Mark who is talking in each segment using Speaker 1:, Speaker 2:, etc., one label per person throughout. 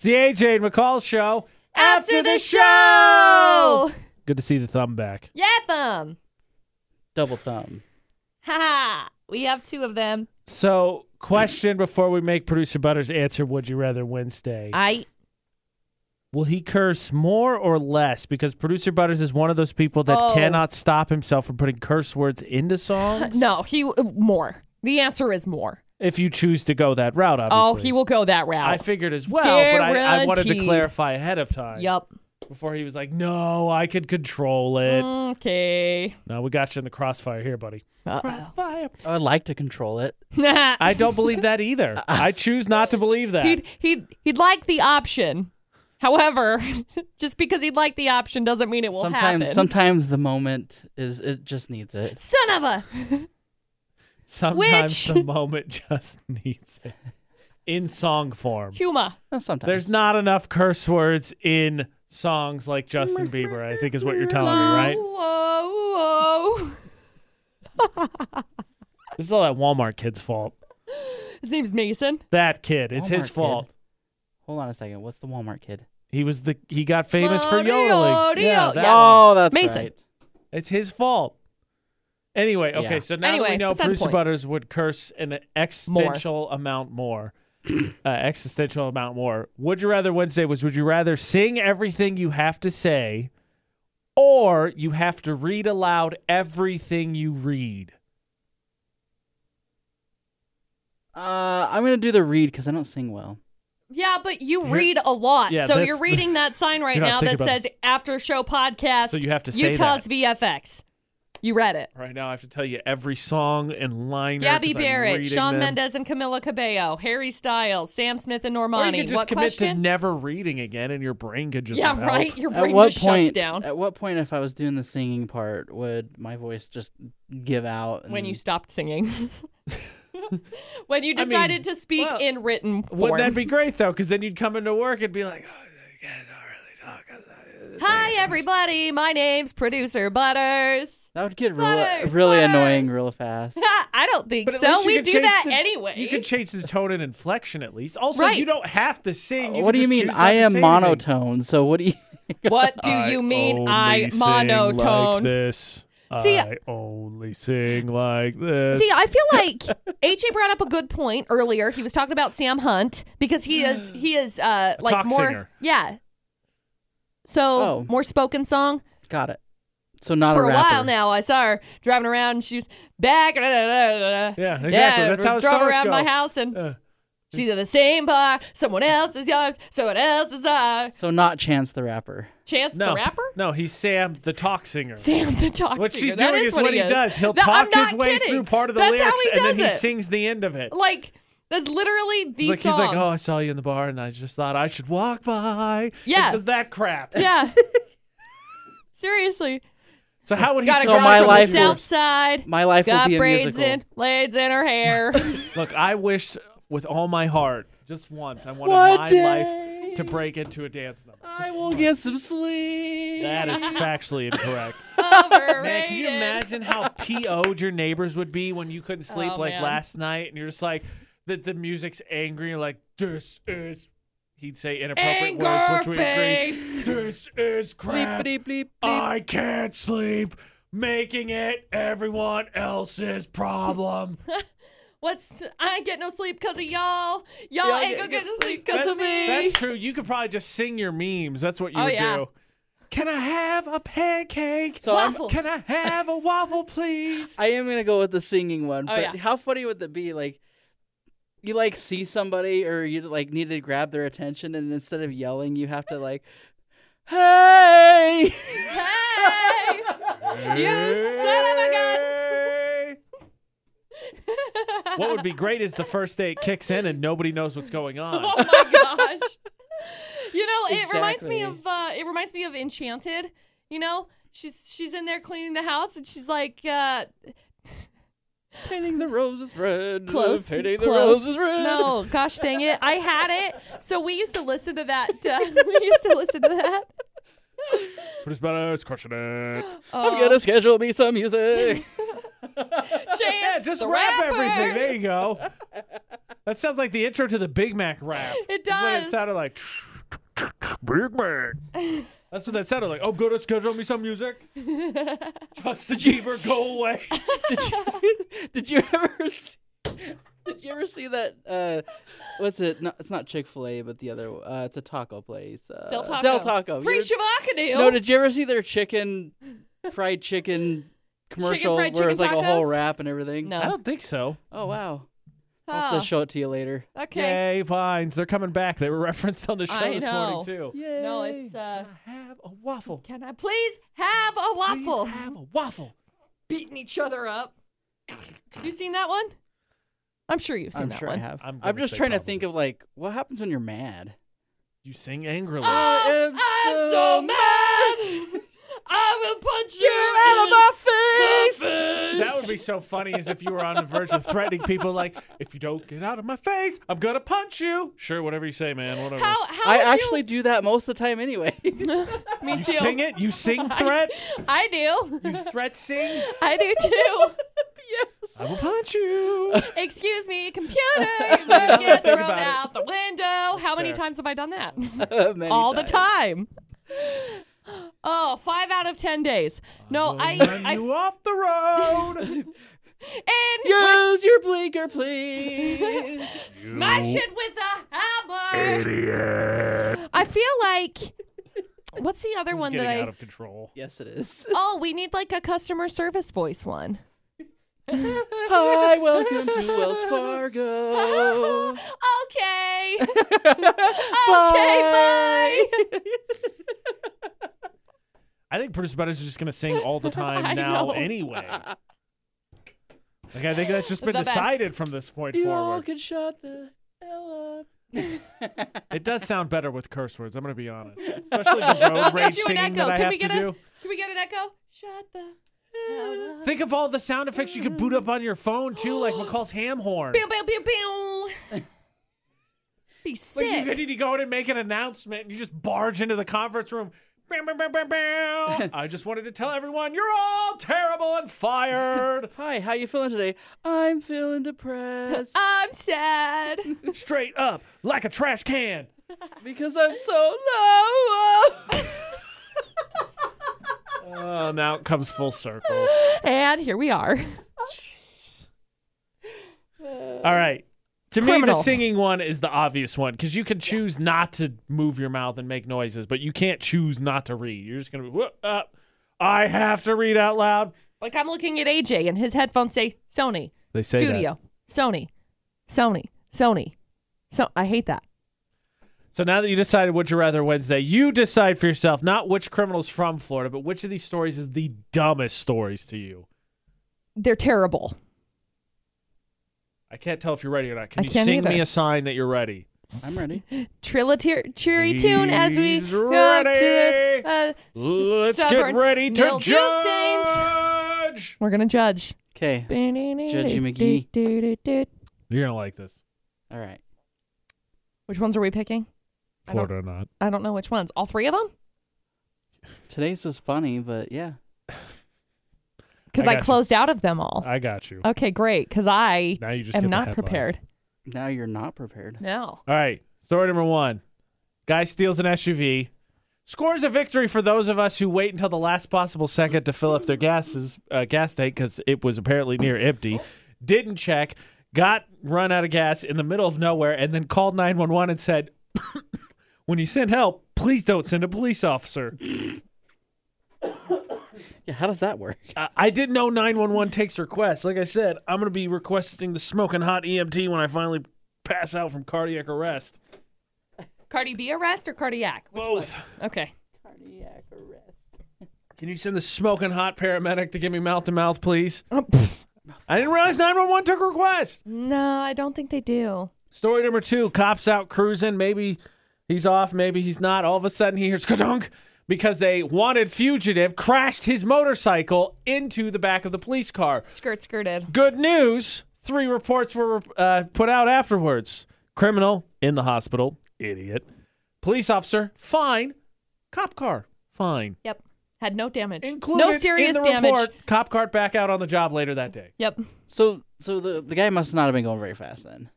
Speaker 1: It's the AJ and McCall show.
Speaker 2: After the show!
Speaker 1: Good to see the thumb back.
Speaker 2: Yeah, thumb.
Speaker 3: double thumb.
Speaker 2: Ha ha. We have two of them.
Speaker 1: So, question before we make producer Butters answer Would You Rather Wednesday.
Speaker 2: I
Speaker 1: Will he curse more or less? Because producer Butters is one of those people that
Speaker 2: Oh.
Speaker 1: cannot stop himself from putting curse words into songs.
Speaker 2: no, he uh, more. The answer is more.
Speaker 1: If you choose to go that route,
Speaker 2: Oh,
Speaker 1: obviously.
Speaker 2: he will go that route.
Speaker 1: I figured as well, but I, I wanted to
Speaker 2: Guaranteed.
Speaker 1: clarify ahead of time.
Speaker 2: Yep.
Speaker 1: Before he was like, no, I could control it.
Speaker 2: Mm. Okay.
Speaker 1: No, we got you in the crossfire here, buddy. Crossfire.
Speaker 3: I like to control it.
Speaker 1: I don't believe that either. I choose not to believe that.
Speaker 2: he'd he'd he'd like the option. However, just because he'd like the option doesn't mean it will
Speaker 3: sometimes,
Speaker 2: happen.
Speaker 3: sometimes the moment is it just needs it.
Speaker 2: Son of a.
Speaker 1: Sometimes
Speaker 2: Which-
Speaker 1: the moment just needs it in song form.
Speaker 2: Huma.
Speaker 3: No, Sometimes
Speaker 1: There's not enough curse words in songs like Justin Bieber, I think is what you're telling me, right?
Speaker 2: Whoa, whoa.
Speaker 1: This is all that Walmart kid's fault.
Speaker 2: His name's Mason.
Speaker 1: That kid, it's
Speaker 3: Walmart
Speaker 1: his
Speaker 3: kid.
Speaker 1: fault.
Speaker 3: Hold on a second. What's the Walmart kid?
Speaker 1: He was the he got famous for
Speaker 2: Rodeo,
Speaker 1: yodeling.
Speaker 2: rodeo.
Speaker 1: Yeah, that-
Speaker 2: Yeah.
Speaker 3: Oh, that's
Speaker 2: Mason.
Speaker 3: right.
Speaker 1: it's his fault. Anyway, okay,
Speaker 3: Yeah.
Speaker 1: so now that we
Speaker 2: Anyway,
Speaker 1: know
Speaker 2: beside the
Speaker 1: Bruce
Speaker 2: point.
Speaker 1: Butters would curse an existential amount more. uh, existential amount more. Would you rather Wednesday was would you rather sing everything you have to say or you have to read aloud everything you read?
Speaker 3: Uh, I'm gonna do the read because I don't sing well.
Speaker 2: Yeah, but you
Speaker 1: You're-
Speaker 2: read a lot.
Speaker 1: Yeah,
Speaker 2: so
Speaker 1: that's
Speaker 2: you're
Speaker 1: the-
Speaker 2: reading that sign right
Speaker 1: You're not
Speaker 2: now that
Speaker 1: thinking about
Speaker 2: says after show podcast.
Speaker 1: So you have to say
Speaker 2: Utah's
Speaker 1: that.
Speaker 2: VFX. You read it.
Speaker 1: Right now I have to tell you every song and line.
Speaker 2: Gabby Barrett, Sean Mendez and Camila Cabello, Harry Styles, Sam Smith and
Speaker 1: Or you
Speaker 2: Normani.
Speaker 1: could just
Speaker 2: what
Speaker 1: commit to
Speaker 2: question?
Speaker 1: never reading again and your brain could just
Speaker 2: yeah,
Speaker 1: melt.
Speaker 2: right. Your
Speaker 3: at
Speaker 2: brain
Speaker 3: what
Speaker 2: just
Speaker 3: point?
Speaker 2: shuts down
Speaker 3: At what point, if I was doing the singing part, would my voice just give out? And
Speaker 2: when you stopped singing. when you
Speaker 1: I mean,
Speaker 2: decided to speak
Speaker 1: well,
Speaker 2: in written form.
Speaker 1: Wouldn't that be great though? Because then you'd come into work and be like, oh, I can't really talk.
Speaker 2: Hi everybody, my name's producer Butters.
Speaker 3: that would get real,
Speaker 2: Butters,
Speaker 3: really
Speaker 2: butters.
Speaker 3: annoying real fast.
Speaker 2: I don't think
Speaker 1: But at
Speaker 2: so.
Speaker 1: least you
Speaker 2: We
Speaker 1: can
Speaker 2: do
Speaker 1: change
Speaker 2: that
Speaker 1: the-
Speaker 2: anyway.
Speaker 1: You can change the tone and inflection at least. Also,
Speaker 2: Right. Uh,
Speaker 1: you don't have to sing. can
Speaker 3: what do you
Speaker 1: just
Speaker 3: mean?
Speaker 1: choose not
Speaker 3: I
Speaker 1: to
Speaker 3: am
Speaker 1: say anything.
Speaker 3: monotone. So what do you?
Speaker 2: What do you mean I monotone?
Speaker 1: this.
Speaker 2: See,
Speaker 1: I only sing like this.
Speaker 2: See, I feel like AJ brought up a good point earlier. He was talking about Sam Hunt because he is he is uh like
Speaker 1: talk
Speaker 2: more
Speaker 1: singer.
Speaker 2: yeah. So
Speaker 3: Oh.
Speaker 2: more spoken song
Speaker 3: Got it. So not
Speaker 2: for
Speaker 3: a
Speaker 2: a
Speaker 3: rapper.
Speaker 2: while now. I saw her driving around and she was back. da, da, da, da, da.
Speaker 1: Yeah, exactly. That's how
Speaker 2: drove
Speaker 1: songs
Speaker 2: around
Speaker 1: go.
Speaker 2: my house and
Speaker 1: Uh.
Speaker 2: she's at the same bar. Someone else is yours. Someone else is ours.
Speaker 3: So not Chance the rapper.
Speaker 2: Chance
Speaker 1: no,
Speaker 2: the rapper.
Speaker 1: No, he's Sam the talk singer.
Speaker 2: Sam the talk
Speaker 1: What
Speaker 2: singer.
Speaker 1: she's
Speaker 2: That
Speaker 1: doing is
Speaker 2: is
Speaker 1: what he,
Speaker 2: is.
Speaker 1: does. He'll
Speaker 2: That- I'm
Speaker 1: talk his
Speaker 2: not
Speaker 1: way
Speaker 2: kidding.
Speaker 1: through part of the
Speaker 2: That's
Speaker 1: lyrics,
Speaker 2: how he
Speaker 1: and then
Speaker 2: does
Speaker 1: he
Speaker 2: it.
Speaker 1: sings the end of it.
Speaker 2: Like that's literally the
Speaker 1: He's like,
Speaker 2: song.
Speaker 1: he's like, oh, I saw you in the bar, and I just thought I should walk by.
Speaker 2: Yeah.
Speaker 1: It's just that crap.
Speaker 2: Yeah. Seriously.
Speaker 1: So how would he?
Speaker 2: Got a
Speaker 3: So
Speaker 2: girl
Speaker 1: survive
Speaker 3: my
Speaker 2: from
Speaker 3: life
Speaker 2: the
Speaker 3: will-
Speaker 2: south side.
Speaker 3: My life
Speaker 2: Got
Speaker 3: will be a
Speaker 2: braids
Speaker 3: musical.
Speaker 2: in, blades in her hair.
Speaker 1: Look, I wished with all my heart, just once, I wanted
Speaker 3: One
Speaker 1: my
Speaker 3: day
Speaker 1: life to break into a dance number.
Speaker 3: I will get some sleep.
Speaker 1: That is factually incorrect.
Speaker 2: Overrated.
Speaker 1: Man, can you imagine how PO'd your neighbors would be when you couldn't sleep
Speaker 2: Oh,
Speaker 1: like
Speaker 2: man.
Speaker 1: last night and you're just like, the, the music's angry, you're like, this is. He'd say inappropriate words,
Speaker 2: Anger
Speaker 1: which we agree.
Speaker 2: face.
Speaker 1: This is crap.
Speaker 3: Bleep, bleep, bleep, bleep.
Speaker 1: I can't sleep. Making it everyone else's problem.
Speaker 2: What's I ain't get no sleep cause of y'all. Y'all
Speaker 3: Y'all
Speaker 2: ain't
Speaker 3: get-
Speaker 2: gonna
Speaker 3: get
Speaker 2: get no sleep cause
Speaker 1: That's,
Speaker 2: of me.
Speaker 1: that's true. You could probably just sing your memes. That's what you
Speaker 2: Oh,
Speaker 1: would
Speaker 2: yeah.
Speaker 1: do. Can I have a pancake?
Speaker 3: So I'm-
Speaker 2: Waffle.
Speaker 1: Can I have a waffle, please?
Speaker 3: I am gonna go with the singing one.
Speaker 2: Oh,
Speaker 3: but
Speaker 2: yeah.
Speaker 3: how funny would that be? Like, you like see somebody or you like need to grab their attention, and instead of yelling, you have to like, hey.
Speaker 2: Hey! You son of a gun!
Speaker 1: What would be great is the first day it kicks in and nobody knows what's going
Speaker 2: Oh
Speaker 1: on.
Speaker 2: my gosh. You know, it reminds
Speaker 3: Exactly.
Speaker 2: me of uh, it reminds me of Enchanted. You know, she's she's in there cleaning the house and she's like, uh,
Speaker 3: Painting the roses red.
Speaker 2: close,
Speaker 3: Painting the
Speaker 2: close.
Speaker 3: roses red.
Speaker 2: No, gosh dang it, I had it. So we used to listen to that. uh, we used to listen to that.
Speaker 1: Produce Butters, crushing it.
Speaker 2: Oh,
Speaker 3: I'm gonna schedule me some music.
Speaker 2: Oh, Chance
Speaker 1: just
Speaker 2: the
Speaker 1: wrap
Speaker 2: rapper.
Speaker 1: everything. There you go. That sounds like the intro to the Big Mac rap.
Speaker 2: It
Speaker 1: That's what
Speaker 2: does.
Speaker 1: it sounded like. Big Mac. That's what that sounded like. Oh, go to schedule me some music. Just the Jeeber, go away.
Speaker 3: did you did you ever see, did you ever see that uh what's it no, it's not chick-fil-a but the other uh it's a taco place uh,
Speaker 2: Del Taco.
Speaker 3: del taco You
Speaker 2: Free
Speaker 3: ever-
Speaker 2: Shavakadu.
Speaker 3: no did you ever see their chicken fried chicken commercial
Speaker 2: fried
Speaker 3: where it's like
Speaker 2: chicken
Speaker 3: a whole
Speaker 2: tacos?
Speaker 3: wrap and everything
Speaker 2: No.
Speaker 1: I don't think so.
Speaker 3: oh wow i'll have
Speaker 2: Oh,
Speaker 3: to show it to you later
Speaker 2: okay.
Speaker 1: Yay, Vines. They're coming back. They were referenced on the show
Speaker 2: I
Speaker 1: this
Speaker 2: know.
Speaker 1: morning, too.
Speaker 3: Yay.
Speaker 2: No, it's uh.
Speaker 1: Can I have a waffle.
Speaker 2: Can I please have a
Speaker 1: Please
Speaker 2: waffle?
Speaker 1: have a waffle.
Speaker 2: Beating each other up. You seen that one? I'm sure you've seen
Speaker 3: i'm
Speaker 2: that
Speaker 3: sure
Speaker 2: one.
Speaker 3: i have
Speaker 1: I'm
Speaker 3: i'm,
Speaker 1: gonna
Speaker 3: just
Speaker 1: say
Speaker 3: trying to
Speaker 1: probably.
Speaker 3: think of like what happens when you're mad
Speaker 1: You sing angrily.
Speaker 2: I
Speaker 3: am
Speaker 2: I'm
Speaker 3: so
Speaker 2: so mad. I will punch you.
Speaker 3: you're out of
Speaker 2: in
Speaker 3: my
Speaker 2: the
Speaker 3: face
Speaker 2: face.
Speaker 1: That would be so funny as if you were on the verge of threatening people like, if you don't get out of my face, I'm gonna punch you. Sure, whatever you say, man. Whatever.
Speaker 2: How? How
Speaker 3: i
Speaker 2: would
Speaker 3: actually do that most of the time anyway
Speaker 2: You,
Speaker 1: you
Speaker 2: me too.
Speaker 1: sing it, you sing threat,
Speaker 2: I do.
Speaker 1: you threat sing,
Speaker 2: I do too.
Speaker 3: yes
Speaker 1: I will punch you.
Speaker 2: Excuse me, computer. You're gonna get
Speaker 1: Think
Speaker 2: thrown
Speaker 1: about it.
Speaker 2: out the window. How many
Speaker 1: Fair.
Speaker 2: times have I done that?
Speaker 3: Many
Speaker 2: all
Speaker 3: times.
Speaker 2: the time. Oh, five out of ten days. No, I,
Speaker 1: Run
Speaker 2: I
Speaker 1: you off the road.
Speaker 2: and
Speaker 3: Use your blinker, please.
Speaker 2: smash it with a hammer. I feel like what's the other
Speaker 1: This is
Speaker 2: one that
Speaker 1: getting
Speaker 2: I?
Speaker 1: out of control.
Speaker 3: yes, it is.
Speaker 2: oh, we need like a customer service voice one.
Speaker 3: Hi, welcome to Wells Fargo.
Speaker 2: okay. okay.
Speaker 3: Bye.
Speaker 2: Bye.
Speaker 1: I think Bruce Butters is just gonna sing all the
Speaker 2: I
Speaker 1: time now
Speaker 2: know.
Speaker 1: anyway. Like I think that's just been
Speaker 2: The best.
Speaker 1: decided from this point
Speaker 3: You all
Speaker 1: forward.
Speaker 3: can shut the hell up.
Speaker 1: It does sound better with curse words. I'm gonna be honest, especially the road rage
Speaker 2: you
Speaker 1: singing
Speaker 2: an
Speaker 1: that
Speaker 2: echo.
Speaker 1: I
Speaker 2: Can
Speaker 1: have
Speaker 2: we
Speaker 1: to
Speaker 2: get a-
Speaker 1: do.
Speaker 2: Can we get an echo? Shut the hell up.
Speaker 1: Think of all the sound effects you could boot up on your phone too, like McCall's ham horn.
Speaker 2: Pew pew pew pew. Be sick.
Speaker 1: Like you could need to go in and make an announcement, and you just barge into the conference room. Bam, bam, bam, bam, bam. I just wanted to tell everyone you're all terrible and fired.
Speaker 3: Hi, how you feeling today? I'm feeling depressed
Speaker 2: I'm sad.
Speaker 1: Straight up, like a trash can.
Speaker 3: because I'm so low.
Speaker 1: Oh, now it comes full circle.
Speaker 2: and here we are.
Speaker 1: All right. To me, the
Speaker 2: Criminals.
Speaker 1: singing one is the obvious one because you can choose not to move your mouth and make noises, but you can't choose not to read. You're just going to be, "Whoa, uh, I have to read out loud.
Speaker 2: Like I'm looking at AJ and his headphones say Sony
Speaker 1: They say
Speaker 2: Studio Sony Sony Sony. So I hate that.
Speaker 1: So now that you decided Would You Rather Wednesday, you decide for yourself not which criminal's from Florida, but which of these stories is the dumbest stories to you.
Speaker 2: They're terrible.
Speaker 1: I can't tell if you're ready or not. Can
Speaker 2: I
Speaker 1: you
Speaker 2: can't
Speaker 1: sing me
Speaker 2: either.
Speaker 1: a sign that you're ready?
Speaker 3: I'm ready.
Speaker 2: Trilla tear- cheery tune as we
Speaker 1: He's
Speaker 2: go to
Speaker 1: ready.
Speaker 2: the, uh,
Speaker 1: Let's
Speaker 2: stubborn
Speaker 1: get ready to
Speaker 2: mildew stains.
Speaker 1: judge.
Speaker 2: We're gonna judge.
Speaker 3: Okay,
Speaker 2: Judgy
Speaker 3: McGee.
Speaker 1: You're going to like this,
Speaker 3: all right.
Speaker 2: Which ones are we picking? I don't-
Speaker 1: Florida or not.
Speaker 2: I don't know which ones. All three of them?
Speaker 3: Today's was funny, but yeah.
Speaker 2: Because
Speaker 1: I
Speaker 2: I,
Speaker 1: got you.
Speaker 2: closed out of them all.
Speaker 1: I got you.
Speaker 2: okay, great. Because I
Speaker 1: Now you just get
Speaker 2: am
Speaker 1: the
Speaker 2: not
Speaker 1: headlines.
Speaker 2: prepared.
Speaker 3: Now you're not prepared.
Speaker 2: No.
Speaker 1: All right. Story number one Guy steals an SUV, scores a victory for those of us who wait until the last possible second to fill up their gases, uh, gas tank because it was apparently near empty, didn't check, got run out of gas in the middle of nowhere, and then called 911 and said, When you send help, please don't send a police officer.
Speaker 3: Yeah, how does that work?
Speaker 1: I- I didn't know 911 takes requests. Like I said, I'm going to be requesting the smoking hot EMT when I finally pass out from cardiac arrest.
Speaker 2: Cardi B arrest or cardiac?
Speaker 1: Both.
Speaker 2: Okay.
Speaker 3: Cardiac arrest.
Speaker 1: Can you send the smoking hot paramedic to give me mouth to mouth, please? I didn't realize 911 took requests.
Speaker 2: No, I don't think they do.
Speaker 1: Story number two cops out cruising. Maybe he's off, maybe he's not. All of a sudden, he hears kadunk because a wanted fugitive crashed his motorcycle into the back of the police car.
Speaker 2: Skirt skirted.
Speaker 1: Good news three reports were uh, put out afterwards. Criminal in the hospital, idiot. Police officer, fine. Cop car, fine.
Speaker 2: Yep. Had no damage.
Speaker 1: Included
Speaker 2: no serious
Speaker 1: in the
Speaker 2: damage.
Speaker 1: report, cop cart back out on the job later that day.
Speaker 2: Yep.
Speaker 3: So, so the the guy must not have been going very fast then.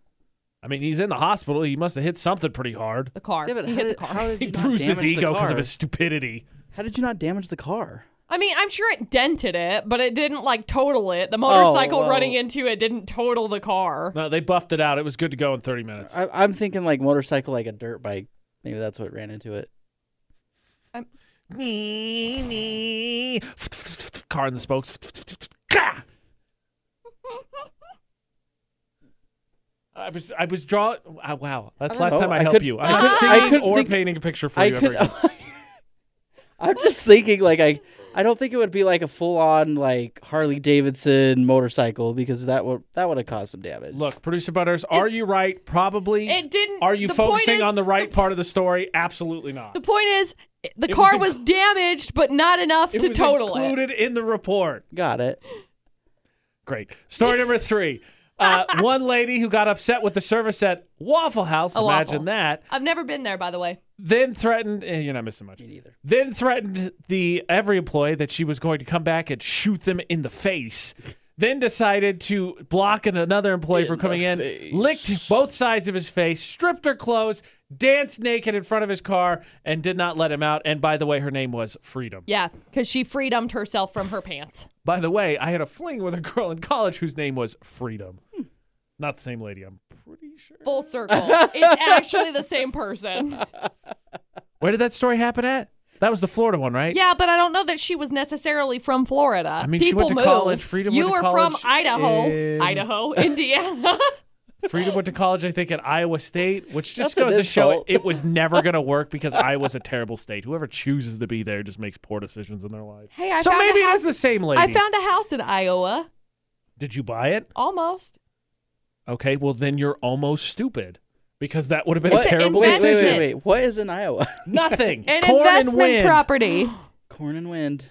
Speaker 1: I mean, he's in the hospital. He must have hit something pretty hard.
Speaker 2: The car.
Speaker 3: Yeah, but
Speaker 2: he
Speaker 3: how
Speaker 2: hit the
Speaker 3: did-
Speaker 2: car.
Speaker 3: how did
Speaker 1: He
Speaker 3: you not
Speaker 1: bruised his
Speaker 3: damage the
Speaker 1: ego because
Speaker 3: car?
Speaker 1: of his stupidity.
Speaker 3: How did you not damage the car?
Speaker 2: I mean, I'm sure it dented it, but it didn't like total it. The motorcycle
Speaker 3: well.
Speaker 2: running into it didn't total the car.
Speaker 1: Oh, No, they buffed it out. It was good to go in 30 minutes.
Speaker 3: I, I'm thinking like motorcycle, like a dirt bike. Maybe that's what ran into it.
Speaker 1: Nee, nee. Car in the spokes. Gah! I was I was drawing. Wow, wow. that's
Speaker 3: don't
Speaker 1: last
Speaker 3: know.
Speaker 1: time I,
Speaker 3: I
Speaker 1: helped
Speaker 3: could-
Speaker 1: you.
Speaker 3: I
Speaker 1: I'm not
Speaker 3: could- I
Speaker 1: singing
Speaker 3: could
Speaker 1: or
Speaker 3: think-
Speaker 1: painting a picture for
Speaker 3: I
Speaker 1: you.
Speaker 3: could. uh,
Speaker 1: Ever again.
Speaker 3: I'm just thinking like I, I don't think it would be like a full on like Harley Davidson motorcycle because that would that would have caused some damage.
Speaker 1: Look, producer Butters, are you right? Probably.
Speaker 2: It didn't.
Speaker 1: Are you
Speaker 2: the point
Speaker 1: focusing
Speaker 2: is-
Speaker 1: on the right part of the story? Absolutely not.
Speaker 2: The point is, the
Speaker 1: It
Speaker 2: car
Speaker 1: was
Speaker 2: was, damaged, but not enough
Speaker 1: it
Speaker 2: to
Speaker 1: was
Speaker 2: total it.
Speaker 1: included in the report.
Speaker 3: got it.
Speaker 1: Great. Story number three. Uh, one lady who got upset with the service at Waffle House.
Speaker 2: A
Speaker 1: imagine
Speaker 2: waffle.
Speaker 1: that.
Speaker 2: I've never been there, by the way.
Speaker 1: Then threatened. eh, you're not missing much.
Speaker 3: Me neither.
Speaker 1: Then threatened the every employee that she was going to come back and shoot them in the face. Then decided to block an- another employee from coming in, licked both sides of his face, stripped her clothes, danced naked in front of his car, and did not let him out. And by the way, her name was Freedom.
Speaker 2: Yeah, because she freedomed herself from her pants.
Speaker 1: By the way, I had a fling with a girl in college whose name was Freedom. Not the same lady. I'm pretty sure.
Speaker 2: Full circle. it's actually the same person.
Speaker 1: Where did that story happen at? That was the Florida one, right?
Speaker 2: Yeah, but I don't know that she was necessarily from Florida.
Speaker 1: I mean, she
Speaker 2: People
Speaker 1: went to
Speaker 2: move.
Speaker 1: college. Freedom
Speaker 2: You
Speaker 1: went to
Speaker 2: were
Speaker 1: college
Speaker 2: from Idaho,
Speaker 1: in-
Speaker 2: Idaho, Indiana.
Speaker 1: Freedom went to college, I think, at Iowa State, which just
Speaker 3: That's an
Speaker 1: goes to show it,
Speaker 3: insult.
Speaker 1: it was never going to work because Iowa's a terrible state. Whoever chooses to be there just makes poor decisions in their life.
Speaker 2: hey, I
Speaker 1: so
Speaker 2: found
Speaker 1: maybe
Speaker 2: a
Speaker 1: it is
Speaker 2: house.
Speaker 1: the same lady.
Speaker 2: I found a house in Iowa.
Speaker 1: Did you buy it?
Speaker 2: Almost.
Speaker 1: Okay, well then you're almost stupid because that would have been
Speaker 2: It's
Speaker 1: a
Speaker 2: an
Speaker 1: terrible
Speaker 3: Wait, wait,
Speaker 1: decision.
Speaker 3: wait,
Speaker 2: Investment.
Speaker 3: wait. What is in Iowa?
Speaker 1: Nothing.
Speaker 2: An
Speaker 1: Corn and
Speaker 2: investment
Speaker 1: wind.
Speaker 2: property.
Speaker 3: corn and wind.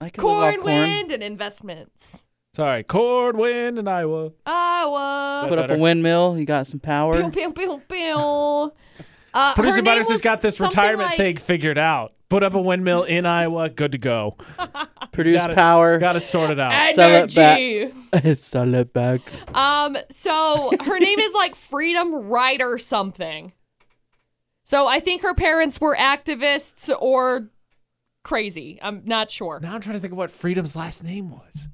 Speaker 3: I can live
Speaker 2: corn,
Speaker 3: off corn.
Speaker 2: wind, and investments.
Speaker 1: Sorry, corn, wind, and Iowa.
Speaker 2: Iowa.
Speaker 1: But-
Speaker 3: Put up a
Speaker 1: Better.
Speaker 3: windmill. You got some power.
Speaker 2: Ah, Pew, pew, pew, pew. Uh, her
Speaker 1: Producer
Speaker 2: name
Speaker 1: Butters has
Speaker 2: was
Speaker 1: got this
Speaker 2: something
Speaker 1: retirement
Speaker 2: like-
Speaker 1: thing figured out. Put up a windmill in Iowa. Good to go.
Speaker 3: Produce
Speaker 1: Got it.
Speaker 3: power.
Speaker 1: Got it sorted out.
Speaker 3: Sell it back.
Speaker 2: Energy.
Speaker 3: Sell it back.
Speaker 2: Um, so her name is like Freedom Rider something. So I think her parents were activists or crazy. I'm not sure.
Speaker 1: Now I'm trying to think of what Freedom's last name was.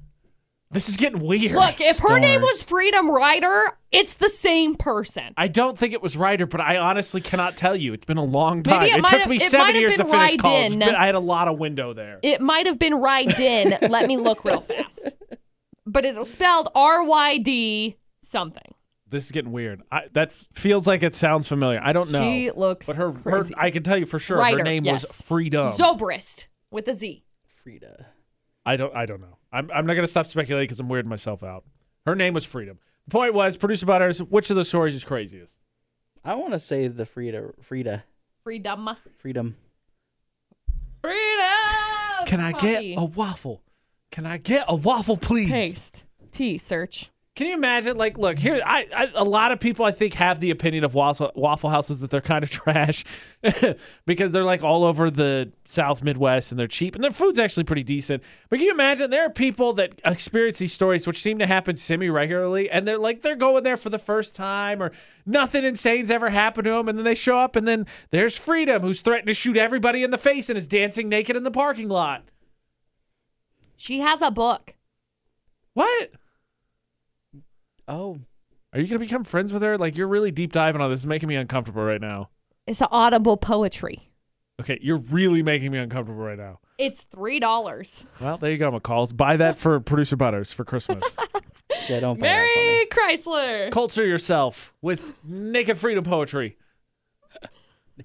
Speaker 1: This is getting weird.
Speaker 2: Look, if her name
Speaker 1: Stars.
Speaker 2: was Freedom Rider, it's the same person.
Speaker 1: I don't think it was Ryder, but I honestly cannot tell you. It's been a long time.
Speaker 2: Maybe it
Speaker 1: It,
Speaker 2: might
Speaker 1: took
Speaker 2: have-
Speaker 1: me
Speaker 2: it might
Speaker 1: seven
Speaker 2: have
Speaker 1: years to
Speaker 2: been
Speaker 1: finish college.
Speaker 2: Ryden.
Speaker 1: But I had a lot of window there.
Speaker 2: It might have been Rydin. Let me look real fast. But it's spelled R Y D something.
Speaker 1: This is getting weird. I, that f- feels like it sounds familiar. I don't know.
Speaker 2: She looks
Speaker 1: but her, her
Speaker 2: crazy.
Speaker 1: I um, can tell you for sure her
Speaker 2: Ryder,
Speaker 1: name was
Speaker 2: yes.
Speaker 1: Freedom.
Speaker 2: Zobrist with a Z.
Speaker 3: Frida.
Speaker 1: I don't I don't know. I'm I'm not gonna stop speculating because I'm weirding myself out. Her name was Freedom. The point was, producer butters, which of the stories is craziest?
Speaker 3: I want to say the Frida. Frida.
Speaker 2: Freedom.
Speaker 3: Freedom.
Speaker 2: Freedom.
Speaker 1: Can I
Speaker 2: Coffee.
Speaker 1: get a waffle? Can I get a waffle, please?
Speaker 2: paste T search?
Speaker 1: Can you imagine? Like, look here. I, I a lot of people I think have the opinion of Waffle, waffle Houses that they're kind of trash because they're like all over the South Midwest and they're cheap and their food's actually pretty decent. But can you imagine? There are people that experience these stories which seem to happen semi regularly, and they're like they're going there for the first time or nothing insane's ever happened to them, and then they show up and then there's Freedom who's threatened to shoot everybody in the face and is dancing naked in the parking lot.
Speaker 2: She has a book.
Speaker 1: What?
Speaker 3: Oh,
Speaker 1: Are you gonna become friends with her? Like you're really deep diving on this. It's making me uncomfortable right now.
Speaker 2: It's an audible poetry.
Speaker 1: Okay, you're really making me uncomfortable right now.
Speaker 2: It's three dollars.
Speaker 1: Well, there you go, McCall's. Buy that for producer Butters for Christmas.
Speaker 3: yeah. Don't. buy that from me.
Speaker 2: Mary Chrysler.
Speaker 1: Culture yourself with naked freedom poetry.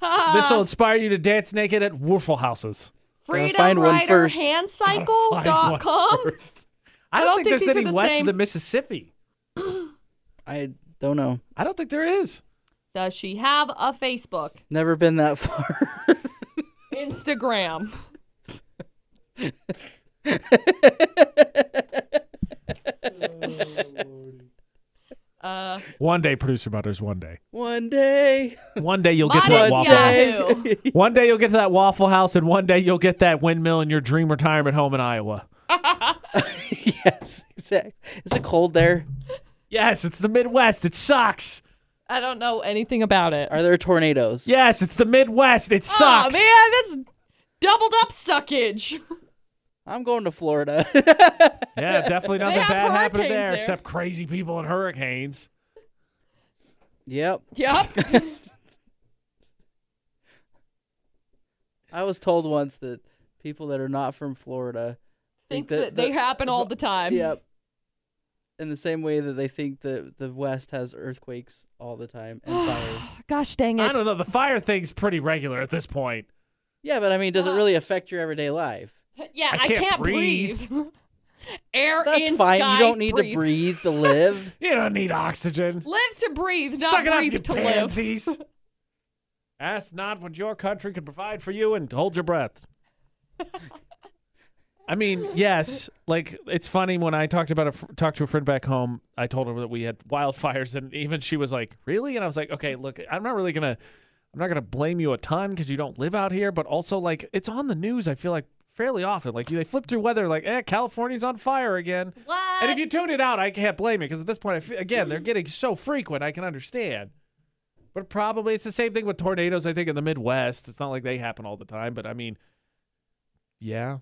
Speaker 2: Uh,
Speaker 1: This will uh, inspire you to dance naked at Warfel houses.
Speaker 2: Freedom
Speaker 3: find one
Speaker 2: Rider
Speaker 3: first.
Speaker 1: Find one
Speaker 2: handcycle.com.
Speaker 1: first. I don't, think, there's
Speaker 2: these are
Speaker 1: any
Speaker 2: the
Speaker 1: west
Speaker 2: same.
Speaker 1: of the Mississippi.
Speaker 3: I don't know.
Speaker 1: I don't think there is.
Speaker 2: Does she have a Facebook?
Speaker 3: Never been that far.
Speaker 2: Instagram. Uh,
Speaker 1: One day, producer Butters. One day.
Speaker 3: One day.
Speaker 1: One day you'll get to
Speaker 2: mine
Speaker 1: that
Speaker 2: is
Speaker 1: Waffle. House.
Speaker 2: Yahoo.
Speaker 1: One day you'll get to that Waffle House, and one day you'll get that windmill in your dream retirement home in Iowa.
Speaker 3: yes. Exactly. Is it cold there?
Speaker 1: Yes, it's the Midwest. It sucks.
Speaker 2: I don't know anything about it.
Speaker 3: Are there tornadoes?
Speaker 1: Yes, it's the Midwest. It sucks.
Speaker 2: Oh man, that's doubled up suckage.
Speaker 3: I'm going to Florida.
Speaker 1: Yeah, definitely nothing
Speaker 2: have
Speaker 1: bad happened
Speaker 2: hurricanes
Speaker 1: there,
Speaker 2: there.
Speaker 1: except crazy people and hurricanes.
Speaker 3: yep.
Speaker 2: Yep.
Speaker 3: I was told once that people that are not from Florida
Speaker 2: Think
Speaker 3: that
Speaker 2: that they
Speaker 3: the-
Speaker 2: happen all the time.
Speaker 3: Yep. In the same way that they think that the West has earthquakes all the time and fires.
Speaker 2: Gosh dang
Speaker 1: I
Speaker 2: it.
Speaker 1: don't know. The fire thing's pretty regular at this point.
Speaker 3: Yeah, but I mean, does it
Speaker 2: Yeah.
Speaker 3: really affect your everyday life?
Speaker 2: Yeah,
Speaker 1: I
Speaker 2: I
Speaker 1: can't
Speaker 2: can't,
Speaker 1: breathe.
Speaker 2: breathe. Air
Speaker 3: That's
Speaker 2: in
Speaker 3: fine.
Speaker 2: sky.
Speaker 3: you don't need
Speaker 2: breathe.
Speaker 3: to breathe to live.
Speaker 1: You don't need oxygen.
Speaker 2: Live to breathe, not
Speaker 1: Suck it up,
Speaker 2: breathe
Speaker 1: you
Speaker 2: to live.
Speaker 1: pansies. That's not what your country can provide for you, and hold your breath. I mean, yes. Like it's funny when I talked about a fr- talked to a friend back home. I told her that we had wildfires, and even she was like, "Really?" And I was like, "Okay, look, I'm not really gonna, I'm not gonna blame you a ton because you don't live out here, but also like it's on the news. I feel like fairly often. Like they flip through weather, like, eh, California's on fire again.
Speaker 2: What?
Speaker 1: And if you tune it out, I can't blame you because at this point, I fe- again, they're getting so frequent, I can understand. But probably it's the same thing with tornadoes, I think, in the Midwest. It's not like they happen all the time, but I mean, yeah.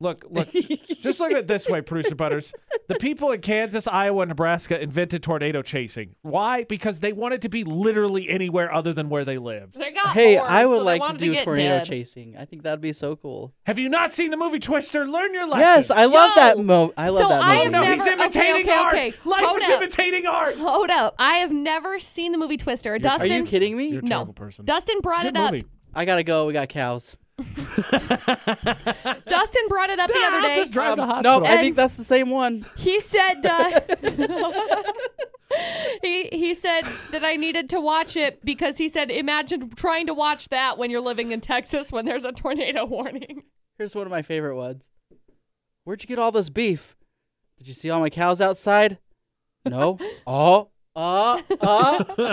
Speaker 1: Look, look, just look at it this way, producer Butters. The people in Kansas, Iowa, and Nebraska invented tornado chasing. Why? Because they wanted to be literally anywhere other than where they lived.
Speaker 2: They got
Speaker 3: hey,
Speaker 2: bored,
Speaker 3: I
Speaker 2: so
Speaker 3: would
Speaker 2: they
Speaker 3: like to
Speaker 2: wanted
Speaker 3: do
Speaker 2: get
Speaker 3: tornado
Speaker 2: dead.
Speaker 3: chasing. I think that'd be so cool.
Speaker 1: Have you not seen the movie Twister? Learn your lesson.
Speaker 3: Yes, I love that
Speaker 2: Yo!
Speaker 3: mo. I love
Speaker 2: So
Speaker 3: that
Speaker 2: I
Speaker 3: movie.
Speaker 1: Oh,
Speaker 2: have
Speaker 1: no,
Speaker 2: never-
Speaker 1: he's
Speaker 2: okay,
Speaker 1: imitating
Speaker 2: okay,
Speaker 1: art.
Speaker 2: okay.
Speaker 1: Life
Speaker 2: Hold
Speaker 1: was
Speaker 2: up.
Speaker 1: imitating art.
Speaker 2: Hold up. I have never seen the movie Twister.
Speaker 3: Are
Speaker 2: Dustin
Speaker 3: you kidding me?
Speaker 1: You're a
Speaker 2: No.
Speaker 1: terrible person.
Speaker 2: Dustin brought it
Speaker 1: Good
Speaker 2: up.
Speaker 1: movie.
Speaker 3: I gotta go. We got cows.
Speaker 2: Dustin brought it up the other day.
Speaker 1: I'll just drive to hospital.
Speaker 3: Nope, I
Speaker 2: And-
Speaker 3: think that's the same one.
Speaker 2: He said uh, he he said that I needed to watch it because he said imagine trying to watch that when you're living in Texas when there's a tornado warning.
Speaker 3: Here's one of my favorite ones. Where'd you get all this beef? Did you see all my cows outside? No. oh. Uh, uh.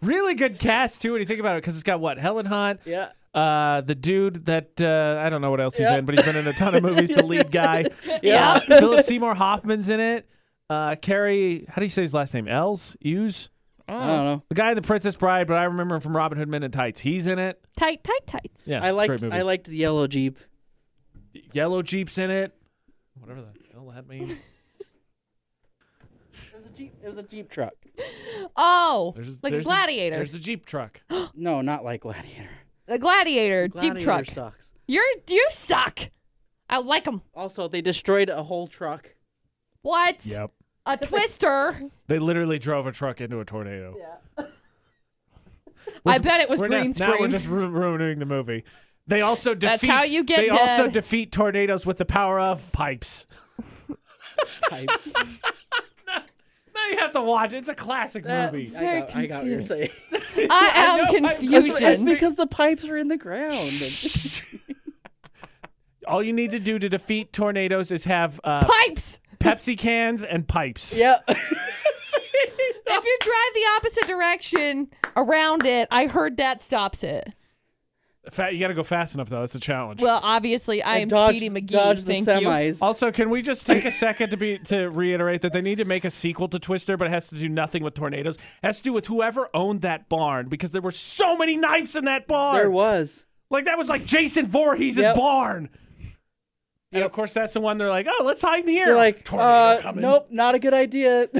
Speaker 1: really good cast too when you think about it, because it's got what Helen Hunt,
Speaker 3: yeah.
Speaker 1: uh, the dude that uh, I don't know what else he's
Speaker 3: Yeah.
Speaker 1: in, but he's been in a ton of movies. The lead guy,
Speaker 2: Yeah.
Speaker 1: Uh, Philip Seymour Hoffman's in it. Uh, Carrie, how do you say his last name? Els, Hughes,
Speaker 2: Oh.
Speaker 3: I don't know.
Speaker 1: the guy in The Princess Bride, but I remember him from Robin Hood Men in Tights. He's in it.
Speaker 2: Tight tight tights.
Speaker 1: Yeah, it's
Speaker 3: I
Speaker 1: a great
Speaker 3: liked
Speaker 1: movie.
Speaker 3: I liked the yellow jeep.
Speaker 1: Yellow Jeep's in it. Whatever the hell that means.
Speaker 3: It was a jeep. It was a jeep truck.
Speaker 2: Oh,
Speaker 1: There's-
Speaker 2: like
Speaker 1: there's
Speaker 2: a gladiator.
Speaker 1: There's the Jeep truck.
Speaker 3: No, not like Gladiator.
Speaker 2: a gladiator,
Speaker 3: Gladiator
Speaker 2: jeep truck.
Speaker 3: sucks.
Speaker 2: You're you suck. I like them.
Speaker 3: Also, they destroyed a whole truck.
Speaker 2: What?
Speaker 1: Yep.
Speaker 2: A twister.
Speaker 1: They literally drove a truck into a tornado.
Speaker 2: I bet it was
Speaker 1: We're
Speaker 2: green
Speaker 1: now,
Speaker 2: screen.
Speaker 1: now we're just ru- ruining the movie. They also defeat.
Speaker 2: That's how you get
Speaker 1: They also
Speaker 2: dead.
Speaker 1: defeat tornadoes with the power of pipes.
Speaker 3: Pipes.
Speaker 1: Now you have to watch. it. It's a classic
Speaker 3: That-
Speaker 1: movie.
Speaker 3: I, got, I got what you're saying.
Speaker 2: I am
Speaker 1: know, I-
Speaker 3: That's,
Speaker 2: confused.
Speaker 3: that's because the pipes are in the ground.
Speaker 1: All you need to do to defeat tornadoes is have uh,
Speaker 2: Pipes.
Speaker 1: Pepsi cans and pipes.
Speaker 3: yep.
Speaker 2: If you drive the opposite direction around it, I heard that stops it.
Speaker 1: Fa- you got to go fast enough though. That's a challenge.
Speaker 2: Well, obviously, I am
Speaker 3: dodge,
Speaker 2: Speedy McGee.
Speaker 3: Dodge the
Speaker 2: thank you.
Speaker 3: semis.
Speaker 1: also, can we just take a second to be to reiterate that they need to make a sequel to Twister, but it has to do nothing with tornadoes. It has to do with whoever owned that barn because there were so many knives in that barn.
Speaker 3: There was.
Speaker 1: Like that was like Jason Voorhees'
Speaker 3: Yep.
Speaker 1: barn. And of
Speaker 3: Yep.
Speaker 1: course, that's the one they're like, oh, let's hide in here.
Speaker 3: They're like,
Speaker 1: tornado
Speaker 3: uh,
Speaker 1: coming.
Speaker 3: nope, not a good idea.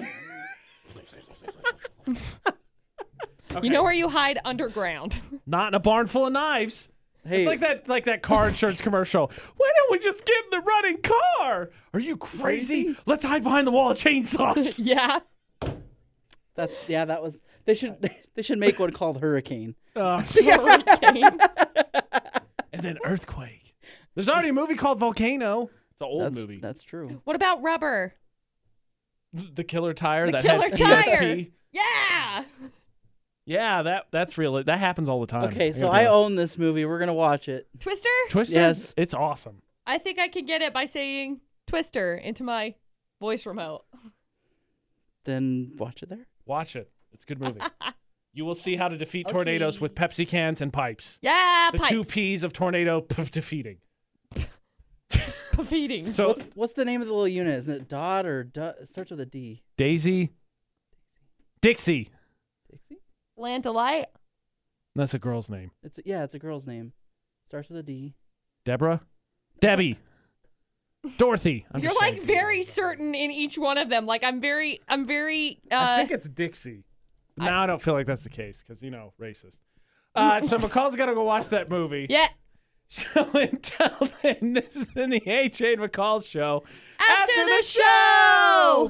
Speaker 1: Okay.
Speaker 2: You know where you hide underground.
Speaker 1: Not in a barn full of knives.
Speaker 3: hey,
Speaker 1: It's like that, like that car insurance commercial. Why don't we just get in the running car? Are you crazy? Let's hide behind the wall of chainsaws.
Speaker 2: yeah.
Speaker 3: that's yeah. That was. They should. They should make one called Hurricane.
Speaker 1: Uh,
Speaker 2: Hurricane.
Speaker 1: and then earthquake. There's already a movie called Volcano. It's an old
Speaker 3: That's,
Speaker 1: movie.
Speaker 3: that's true.
Speaker 2: what about rubber?
Speaker 1: the Killer Tire.
Speaker 2: The
Speaker 1: that
Speaker 2: Killer
Speaker 1: has
Speaker 2: Tire.
Speaker 1: ESP.
Speaker 2: Yeah.
Speaker 1: Yeah, that that's real. That happens all the time.
Speaker 3: Okay, so
Speaker 1: gotta be
Speaker 3: I
Speaker 1: honest.
Speaker 3: own this movie. We're gonna watch it.
Speaker 2: Twister?
Speaker 1: Twister.
Speaker 3: Yes.
Speaker 1: it's awesome.
Speaker 2: I think I can get it by saying Twister into my voice remote.
Speaker 3: Then watch it there.
Speaker 1: Watch it. It's a good movie. you will see how to defeat tornadoes with Pepsi cans and pipes.
Speaker 2: Yeah,
Speaker 1: The
Speaker 2: pipes.
Speaker 1: two P's of tornado p- defeating.
Speaker 2: Feeding.
Speaker 1: So
Speaker 3: What's the name of the little unit? Isn't it Dot or Dot? It starts with a D.
Speaker 1: Daisy, Dixie.
Speaker 3: Dixie?
Speaker 2: Land Delight.
Speaker 1: That's a girl's name.
Speaker 3: It's yeah, it's a girl's name. Starts with a D.
Speaker 1: Deborah. Debbie. Dorothy. I'm
Speaker 2: You're
Speaker 1: just
Speaker 2: like
Speaker 1: saying.
Speaker 2: very certain in each one of them. Like I'm very, I'm very.
Speaker 1: I
Speaker 2: uh
Speaker 1: think it's Dixie. No, I, don't feel like that's the case because you know, racist. Uh, so McCall's gonna go watch that movie.
Speaker 2: Yeah.
Speaker 1: So until then, this has been the H. A. McCall Show.
Speaker 2: After, the show.